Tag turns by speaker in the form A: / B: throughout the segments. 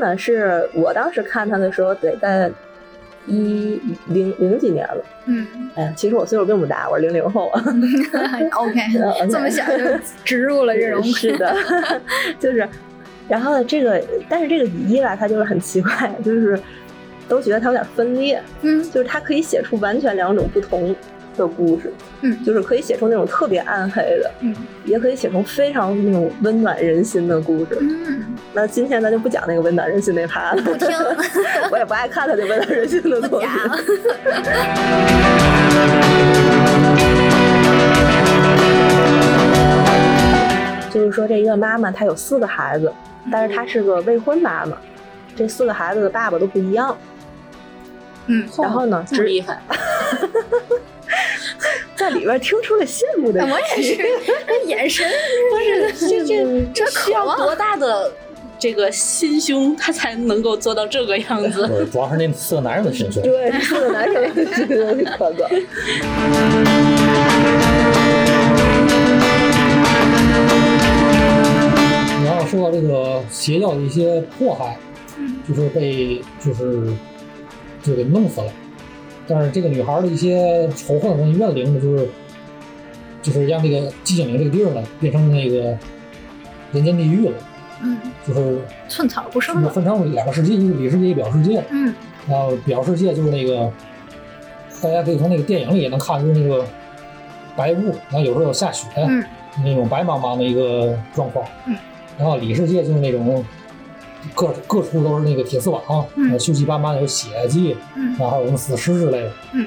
A: 版是我当时看它的时候得在一零零几年了。
B: 嗯
A: 哎呀，其实我岁数并不大，我是零零后啊。
B: ，OK，这么 小就植入了这种
A: 是的， 就是，然后这个，但是这个乙一吧，它就是很奇怪，就是都觉得它有点分裂，
B: 嗯
A: 就是它可以写出完全两种不同的故事，
B: 嗯
A: 就是可以写出那种特别暗黑的，
B: 嗯
A: 也可以写出非常那种温暖人心的故事。
B: 嗯，
A: 那今天咱就不讲那个温暖人心那趴了，
B: 不听
A: 我也不爱看他那温暖人心的
B: 不
A: 作品
B: 假。。
A: 就是说，这一个妈妈她有四个孩子，
B: 嗯
A: 但是她是个未婚妈妈，这四个孩子的爸爸都不一样。
B: 嗯，
A: 然后呢，
C: 这么
A: 只
C: 厉害，
A: 在里边听出了羡慕的语
B: 我也
A: 气，
B: 是，这眼神
C: 不是这这这
B: 这
C: 需要
B: 渴望
C: 多大的这个心胸，他才能够做到这个样 子？
D: 不是，主要是那四个男人 的心胸。
A: 对，这四个男生的这个可可。
D: 你要说到这个邪教的一些迫害
B: 嗯，
D: 就是被就是就给弄死了，但是这个女孩的一些仇恨和怨灵呢，就是就是让这个寂静岭这个地儿呢变成那个人间地狱了，
B: 嗯，
D: 就是
B: 寸草不生
D: 就是
B: 了。
D: 分成两个世界，一个里世界，一个表世界。
B: 嗯
D: 然后表世界就是那个，大家可以从那个电影里也能看，就是那个白雾，然后有时候有下雪，
B: 嗯
D: 那种白茫茫的一个状况。
B: 嗯，
D: 然后里世界就是那种各各处都是那个铁丝网，
B: 嗯
D: 呃锈迹斑斑的有血迹，
B: 嗯
D: 然后还有那死尸之类的。
B: 嗯，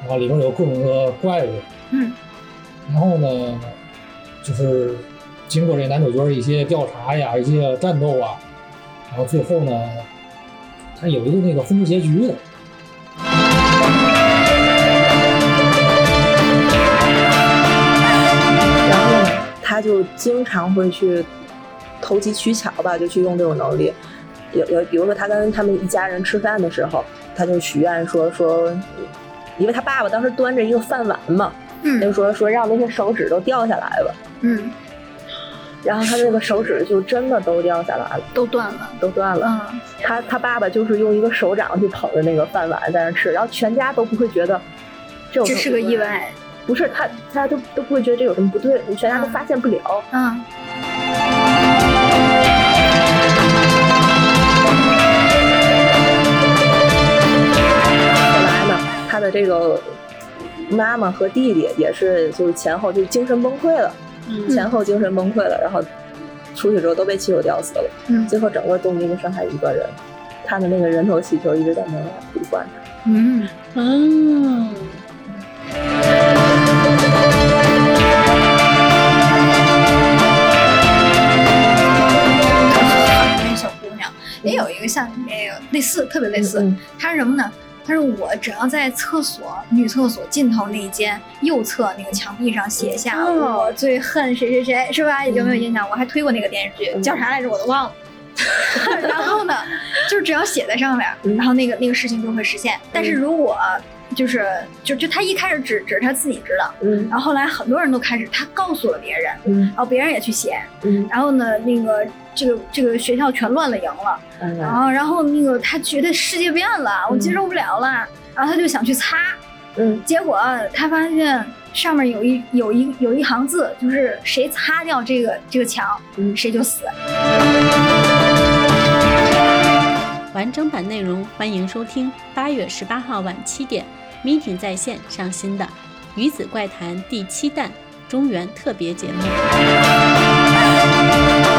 D: 然后里面有各种的怪物，
B: 嗯
D: 然后呢，就是经过这男主角一些调查呀，一些战斗啊，然后最后呢，他有一个那个分支结局的。
A: 然后呢，他就经常会去投机取巧吧，就去用这种能力。有有，比如说他跟他们一家人吃饭的时候，他就许愿说说，因为他爸爸当时端着一个饭碗嘛，他就
B: 嗯
A: 说说让那些手指都掉下来吧。
B: 嗯，
A: 然后他那个手指就真的都掉下来了，
B: 都断了。
A: 都断了。
B: 嗯
A: 他他爸爸就是用一个手掌去捧着那个饭碗在那吃，然后全家都不会觉得这有
B: 这
A: 什么
B: 是个
A: 不对
B: 意，外。
A: 不是他他都都不会觉得这有什么不对，全家都
B: 嗯
A: 发现不了。
B: 嗯
A: 后来呢，他的这个妈妈和弟弟也是，就是前后就精神崩溃了，
C: 嗯，
A: 前后精神崩溃了，然后出去之后都被气球吊死了。
B: 嗯
A: 最后整个动物就剩下一个人，他的那个人头气球一直在门外不断。
B: 嗯，
C: 嗯，
B: 那小姑娘也有一个像你那个类似，特别类似。
A: 嗯
B: 他是什么呢？他是我只要在厕所女厕所尽头那一间右侧那个墙壁上写下
A: 哦
B: 我最恨谁谁谁，是吧？有没有印象？我还推过那个电视剧，
A: 嗯
B: 叫啥来着？我 都忘了。然后呢，就是只要写在上面，
A: 嗯
B: 然后那个那个事情就会实现。但是如果就是就就他一开始只只是他自己知道，
A: 嗯
B: 然后后来很多人都开始他告诉了别人，
A: 嗯
B: 然后别人也去写，
A: 嗯
B: 然后呢，那个这个这个学校全乱了营了。然
A: 嗯
B: 后然后那个他觉得世界变了，我接受不了了，然后他就想去擦，
A: 嗯
B: 结果他发现上面有一有一有一行字，就是谁擦掉这个这个墙，
A: 嗯
B: 谁就死。
C: 完整版内容欢迎收听八月十八号晚七点 Meeting 在线上新的《鱼子怪谈》第七弹中原特别节目。
A: 嗯